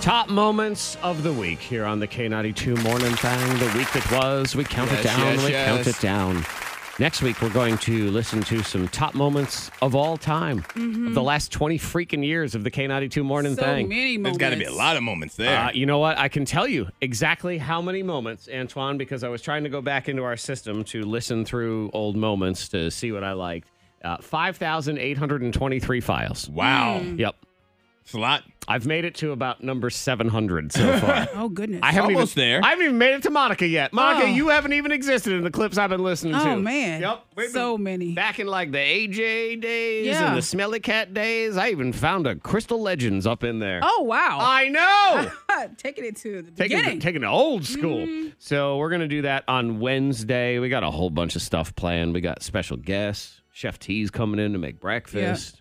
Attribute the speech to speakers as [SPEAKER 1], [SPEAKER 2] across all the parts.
[SPEAKER 1] Top moments of the week here on the K92 Morning Thing. The week that was, we count it
[SPEAKER 2] Yes,
[SPEAKER 1] down,
[SPEAKER 2] yes,
[SPEAKER 1] we count
[SPEAKER 2] yes.
[SPEAKER 1] it down. Next week, we're going to listen to some top moments of all time,
[SPEAKER 2] Mm-hmm.
[SPEAKER 1] of the last 20 freaking years of the K92 Morning
[SPEAKER 3] so
[SPEAKER 1] Thing.
[SPEAKER 3] many
[SPEAKER 2] There's
[SPEAKER 3] moments.
[SPEAKER 2] got to be a lot of moments there.
[SPEAKER 1] Uh, you know what? I can tell you exactly how many moments, Antoine, because I was trying to go back into our system to listen through old moments to see what I liked. Uh, 5,823 files.
[SPEAKER 2] wow.
[SPEAKER 1] Yep.
[SPEAKER 2] It's a lot.
[SPEAKER 1] I've made it to about number 700 so far.
[SPEAKER 3] Oh goodness.
[SPEAKER 1] I haven't
[SPEAKER 2] Almost
[SPEAKER 1] even,
[SPEAKER 2] there.
[SPEAKER 1] I haven't even made it to Monica yet. Monica,
[SPEAKER 3] Oh.
[SPEAKER 1] you haven't even existed in the clips I've been listening to.
[SPEAKER 3] Oh, man.
[SPEAKER 1] Yep. We've
[SPEAKER 3] So
[SPEAKER 1] been
[SPEAKER 3] many.
[SPEAKER 1] Back in like the AJ days
[SPEAKER 3] Yeah.
[SPEAKER 1] and the Smelly Cat days. I even found a Crystal Legends up in there.
[SPEAKER 3] oh Ah, wow.
[SPEAKER 1] I know.
[SPEAKER 3] taking it to the
[SPEAKER 1] taking
[SPEAKER 3] beginning.
[SPEAKER 1] taking it old school.
[SPEAKER 3] Mm-hmm.
[SPEAKER 1] So we're gonna do that on Wednesday. We got a whole bunch of stuff planned. We got special guests. Chef T's coming in to make breakfast.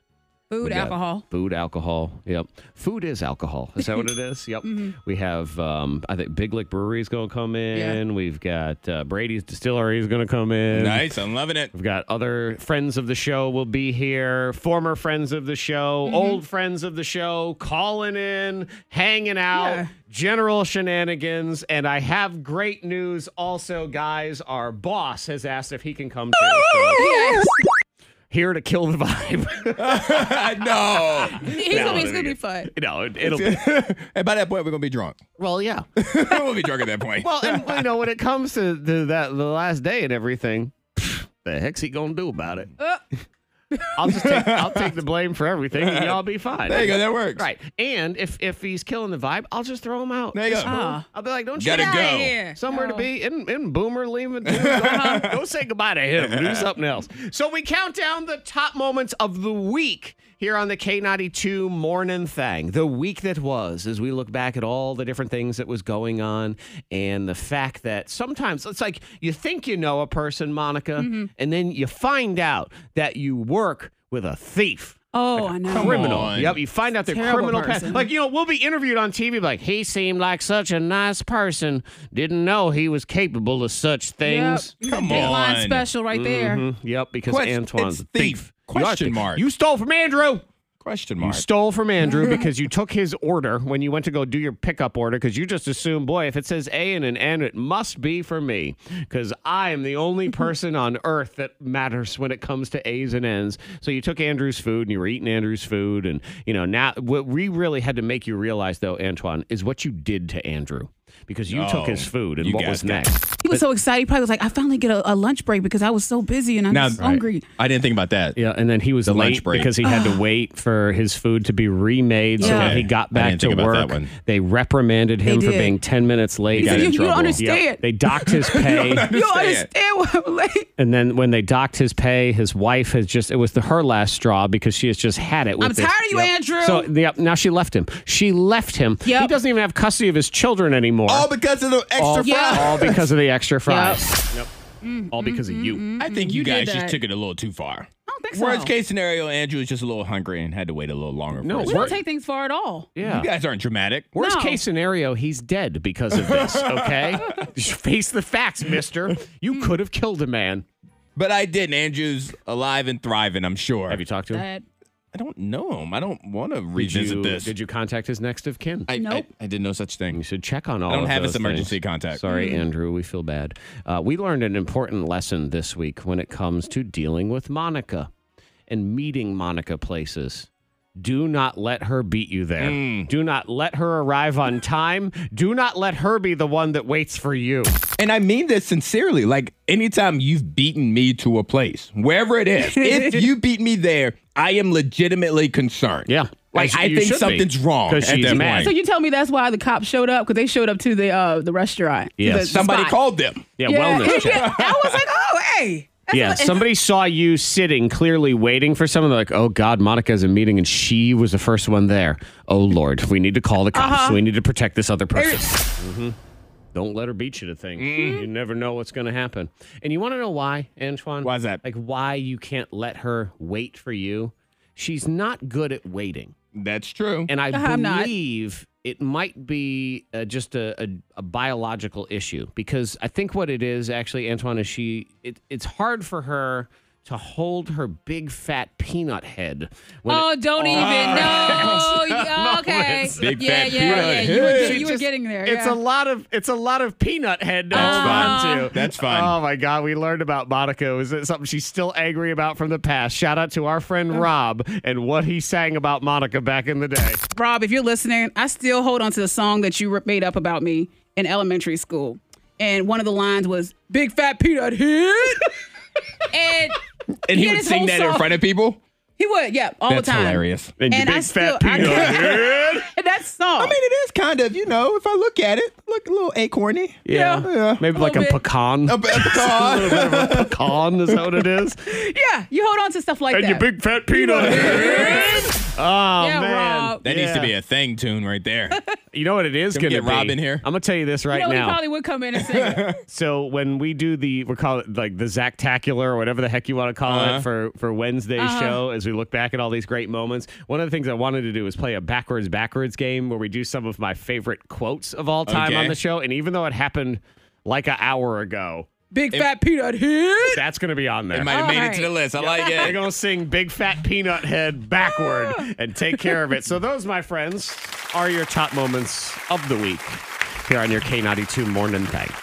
[SPEAKER 3] Food,
[SPEAKER 1] We got
[SPEAKER 3] alcohol.
[SPEAKER 1] Food, alcohol. Yep. Food is alcohol. Is that what it is? Yep.
[SPEAKER 3] Mm-hmm.
[SPEAKER 1] We have, um, I think Big Lick Brewery is going to come in. We've got uh, Brady's Distillery is going to come in.
[SPEAKER 2] Nice. I'm loving it.
[SPEAKER 1] We've got other friends of the show will be here, former friends of the show,
[SPEAKER 3] Mm-hmm.
[SPEAKER 1] old friends of the show, calling in, hanging out,
[SPEAKER 3] Yeah.
[SPEAKER 1] general shenanigans. And I have great news also, guys. Our boss has asked if he can come too. So,
[SPEAKER 3] Yes.
[SPEAKER 1] here to kill the vibe.
[SPEAKER 2] no.
[SPEAKER 3] He's
[SPEAKER 1] No,
[SPEAKER 3] gonna be, it's
[SPEAKER 1] I
[SPEAKER 3] gonna be
[SPEAKER 1] mean-
[SPEAKER 3] fun.
[SPEAKER 1] no, it, it'll be.
[SPEAKER 2] and by that point, we're going to be drunk.
[SPEAKER 1] Well, yeah.
[SPEAKER 2] we'll be drunk at that point.
[SPEAKER 1] Well, and you know, when it comes to, to that the last day and everything, pff, the heck's he gonna do about it?
[SPEAKER 3] Uh.
[SPEAKER 1] I'll just take, I'll take the blame for everything, and y'all be fine.
[SPEAKER 2] there you go. That works.
[SPEAKER 1] Right, and if if he's killing the vibe, I'll just throw him out.
[SPEAKER 2] There you go.
[SPEAKER 3] Ah.
[SPEAKER 1] I'll be like, don't you
[SPEAKER 2] Gotta
[SPEAKER 1] get
[SPEAKER 2] go.
[SPEAKER 1] out of
[SPEAKER 3] Yeah.
[SPEAKER 1] Somewhere to
[SPEAKER 3] No.
[SPEAKER 1] be in, in Boomer, leave it. Go, go say goodbye to him. Do something else. So we count down the top moments of the week here on the K92 Morning Thing. The week that was, as we look back at all the different things that was going on and the fact that sometimes it's like you think you know a person, Monica,
[SPEAKER 3] Mm-hmm.
[SPEAKER 1] and then you find out that you work with a thief
[SPEAKER 3] Oh, I know.
[SPEAKER 1] criminal.
[SPEAKER 2] on.
[SPEAKER 1] Yep, you find out their
[SPEAKER 3] Terrible
[SPEAKER 1] criminal past.
[SPEAKER 3] person.
[SPEAKER 1] Like you know, we'll be interviewed on TV. Like he seemed like such a nice person. Didn't know he was capable of such things.
[SPEAKER 3] Yep.
[SPEAKER 2] Come
[SPEAKER 3] Deadline
[SPEAKER 2] on.
[SPEAKER 3] special right there.
[SPEAKER 1] Mhm, yep, because
[SPEAKER 2] Quest-
[SPEAKER 1] Antoine's a
[SPEAKER 2] it's
[SPEAKER 1] thief.
[SPEAKER 2] thief.
[SPEAKER 1] You are a
[SPEAKER 2] Question
[SPEAKER 1] thief.
[SPEAKER 2] mark.
[SPEAKER 1] You stole from Andrew.
[SPEAKER 2] Question
[SPEAKER 1] You
[SPEAKER 2] mark.
[SPEAKER 1] stole from Andrew because you took his order when you went to go do your pickup order because you just assumed, boy, if it says A and an N, it must be for me because I am the only person on earth that matters when it comes to A's and N's. So you took Andrew's food and you were eating Andrew's food. And, you know, now what we really had to make you realize, though, Antoine, is what you did to Andrew because you took
[SPEAKER 2] Oh,
[SPEAKER 1] his food and
[SPEAKER 2] you
[SPEAKER 1] what was
[SPEAKER 2] got that.
[SPEAKER 1] next.
[SPEAKER 3] He was so excited. He probably was like, I finally get a, a lunch break because I was so busy and I'm
[SPEAKER 2] Now-
[SPEAKER 3] just hungry.
[SPEAKER 2] I didn't think about that.
[SPEAKER 1] Yeah, and then he was late
[SPEAKER 2] lunch break.
[SPEAKER 1] because he had to wait for his food to be remade. So
[SPEAKER 3] Yeah.
[SPEAKER 1] when he
[SPEAKER 2] Okay.
[SPEAKER 1] got
[SPEAKER 2] I
[SPEAKER 1] back
[SPEAKER 2] didn't
[SPEAKER 1] to
[SPEAKER 2] think about that
[SPEAKER 1] work,
[SPEAKER 2] one.
[SPEAKER 1] they reprimanded him
[SPEAKER 3] They
[SPEAKER 1] for
[SPEAKER 3] did.
[SPEAKER 1] being ten minutes late.
[SPEAKER 3] He said,
[SPEAKER 2] got
[SPEAKER 3] you,
[SPEAKER 2] in
[SPEAKER 3] you don't
[SPEAKER 2] trouble.
[SPEAKER 1] Yeah,
[SPEAKER 3] understand.
[SPEAKER 1] They docked his pay.
[SPEAKER 3] You don't
[SPEAKER 2] Understand.
[SPEAKER 3] understand why I'm late.
[SPEAKER 1] and then when they docked his pay, his wife has just, it was the, her last straw because she has just had it with
[SPEAKER 3] I'm
[SPEAKER 1] this.
[SPEAKER 3] tired of you, Andrew.
[SPEAKER 1] So yep, now she left him. She left him.
[SPEAKER 3] Yep.
[SPEAKER 1] He doesn't even have custody of his children anymore.
[SPEAKER 2] All because of the extra
[SPEAKER 1] all,
[SPEAKER 3] Yeah.
[SPEAKER 2] fries.
[SPEAKER 1] all because of the extra fries. all because
[SPEAKER 3] Mm-hmm,
[SPEAKER 1] of you.
[SPEAKER 2] I think you,
[SPEAKER 3] You did
[SPEAKER 2] guys just
[SPEAKER 3] that.
[SPEAKER 2] took it a little too far.
[SPEAKER 3] I don't think so.
[SPEAKER 2] Worst case scenario, Andrew is just a little hungry and had to wait a little longer.
[SPEAKER 1] No,
[SPEAKER 2] for his
[SPEAKER 3] we don't
[SPEAKER 1] work-
[SPEAKER 3] take things far at all.
[SPEAKER 1] Yeah.
[SPEAKER 2] You guys aren't dramatic.
[SPEAKER 1] Worst
[SPEAKER 3] No.
[SPEAKER 1] case scenario, he's dead because of this, okay? Just Face the facts, mister. You could have killed a man.
[SPEAKER 2] But I didn't. Andrew's alive and thriving, I'm sure.
[SPEAKER 1] Have you talked to him?
[SPEAKER 3] That-
[SPEAKER 2] I don't know him. I don't want to
[SPEAKER 1] Did
[SPEAKER 2] revisit
[SPEAKER 1] you,
[SPEAKER 2] this.
[SPEAKER 1] did you contact his next of kin?
[SPEAKER 2] I,
[SPEAKER 3] Nope.
[SPEAKER 2] I, I did no such
[SPEAKER 1] You
[SPEAKER 2] thing.
[SPEAKER 1] should check on all
[SPEAKER 2] I don't
[SPEAKER 1] of
[SPEAKER 2] have
[SPEAKER 1] those
[SPEAKER 2] his emergency Mm-hmm.
[SPEAKER 1] things.
[SPEAKER 2] contact.
[SPEAKER 1] Sorry, Andrew. We feel bad. Uh, we learned an important lesson this week when it comes to dealing with Monica and meeting Monica places. Do not let her beat you there.
[SPEAKER 2] Mm.
[SPEAKER 1] Do not let her arrive on time. Do not let her be the one that waits for you.
[SPEAKER 2] And I mean this sincerely. Like, anytime you've beaten me to a place, wherever it is, if you beat me there, I am legitimately concerned.
[SPEAKER 1] Yeah.
[SPEAKER 2] Like,
[SPEAKER 1] As
[SPEAKER 2] I
[SPEAKER 1] you
[SPEAKER 2] think
[SPEAKER 1] should be.
[SPEAKER 2] something's wrong
[SPEAKER 1] 'Cause
[SPEAKER 2] at
[SPEAKER 1] she's
[SPEAKER 2] that
[SPEAKER 1] mad.
[SPEAKER 2] point.
[SPEAKER 3] So you tell me that's why the cops showed up because they showed up to the uh, the restaurant. to
[SPEAKER 1] Yes.
[SPEAKER 3] the- the
[SPEAKER 2] Somebody
[SPEAKER 3] spot.
[SPEAKER 2] called them.
[SPEAKER 1] Yeah,
[SPEAKER 3] Yeah.
[SPEAKER 1] wellness check.
[SPEAKER 3] I was like, oh hey. That's
[SPEAKER 1] Yeah,
[SPEAKER 3] what-
[SPEAKER 1] somebody saw you sitting, clearly waiting for someone. They're like, oh God, Monica has a meeting and she was the first one there. Oh Lord, we need to call the cops.
[SPEAKER 3] Uh-huh.
[SPEAKER 1] We need to protect this other person. hmm
[SPEAKER 3] Mm-hmm.
[SPEAKER 1] Don't let her beat you to things. You never know what's going to happen. And you want to know why, Antoine?
[SPEAKER 2] Why's that?
[SPEAKER 1] Like, why you can't let her wait for you? She's not good at waiting.
[SPEAKER 2] That's true.
[SPEAKER 1] And I
[SPEAKER 3] Uh-huh, I'm not.
[SPEAKER 1] believe it might be uh, just a, a, a biological issue because I think what it is actually, Antoine, is she. It, it's hard for her to hold her big fat peanut head. When it-
[SPEAKER 3] Oh, don't even. No. you- okay.
[SPEAKER 1] it's-
[SPEAKER 2] Big
[SPEAKER 3] yeah,
[SPEAKER 2] fat
[SPEAKER 3] yeah,
[SPEAKER 2] peanut
[SPEAKER 3] yeah. You
[SPEAKER 2] head.
[SPEAKER 3] were,
[SPEAKER 1] She
[SPEAKER 3] you were
[SPEAKER 1] just-
[SPEAKER 3] getting there.
[SPEAKER 1] It's
[SPEAKER 3] yeah. Oh.
[SPEAKER 1] a lot of it's a lot of peanut head. To
[SPEAKER 2] That's
[SPEAKER 1] hold on
[SPEAKER 2] fine.
[SPEAKER 1] to.
[SPEAKER 2] That's fine.
[SPEAKER 1] Oh my God, we learned about Monaco. Is it something she's still angry about from the past? Shout out to our
[SPEAKER 3] Oh.
[SPEAKER 1] friend Rob and what he sang about Monica back in the day.
[SPEAKER 3] Rob, if you're listening, I still hold on to the song that you made up about me in elementary school. And one of the lines was "Big fat peanut head," and
[SPEAKER 2] And he
[SPEAKER 3] Yeah,
[SPEAKER 2] would
[SPEAKER 3] this
[SPEAKER 2] sing
[SPEAKER 3] whole
[SPEAKER 2] that in
[SPEAKER 3] song.
[SPEAKER 2] front of people.
[SPEAKER 3] he would, yeah, all
[SPEAKER 2] That's
[SPEAKER 3] the time.
[SPEAKER 2] hilarious.
[SPEAKER 1] And, you
[SPEAKER 3] And
[SPEAKER 1] big
[SPEAKER 3] I still-
[SPEAKER 1] fat peanut
[SPEAKER 3] I can't-
[SPEAKER 1] head.
[SPEAKER 3] And that song.
[SPEAKER 2] I mean, it is kind of, you know, if I look at it, look a little acorny.
[SPEAKER 1] Yeah.
[SPEAKER 2] Yeah.
[SPEAKER 1] Maybe
[SPEAKER 3] A
[SPEAKER 1] like a
[SPEAKER 3] little bit.
[SPEAKER 1] pecan.
[SPEAKER 2] A,
[SPEAKER 1] A
[SPEAKER 2] a pecan.
[SPEAKER 1] bit of a pecan is that what it is.
[SPEAKER 3] yeah, you hold on to stuff like
[SPEAKER 1] And
[SPEAKER 3] that.
[SPEAKER 1] you big fat peanut head. Oh
[SPEAKER 3] Yeah,
[SPEAKER 1] man.
[SPEAKER 3] Rob.
[SPEAKER 2] that needs to
[SPEAKER 1] Yeah.
[SPEAKER 2] be a thing tune right there.
[SPEAKER 1] You know what it is
[SPEAKER 2] Can we
[SPEAKER 1] gonna
[SPEAKER 2] get
[SPEAKER 1] be.
[SPEAKER 2] Rob in here?
[SPEAKER 1] I'm gonna tell you this right
[SPEAKER 3] you know,
[SPEAKER 1] now.
[SPEAKER 3] he probably would come in and sing. it.
[SPEAKER 1] So when we do the we call it like the Zactacular or whatever the heck you want to call
[SPEAKER 2] Uh-huh.
[SPEAKER 1] it for for Wednesday's show as we look back at all these great moments. One of the things I wanted to do is play a backwards backwards game where we do some of my favorite quotes of all time
[SPEAKER 2] Okay.
[SPEAKER 1] on the show. And even though it happened like an hour ago,
[SPEAKER 3] Big fat peanut head.
[SPEAKER 1] that's gonna be on there.
[SPEAKER 2] Might have
[SPEAKER 3] All
[SPEAKER 2] made it
[SPEAKER 3] right.
[SPEAKER 2] to the list. I like
[SPEAKER 1] They're
[SPEAKER 2] it.
[SPEAKER 1] gonna sing Big Fat Peanut Head backward and take care of it. So those, my friends, are your top moments of the week here on your K92 morning thing.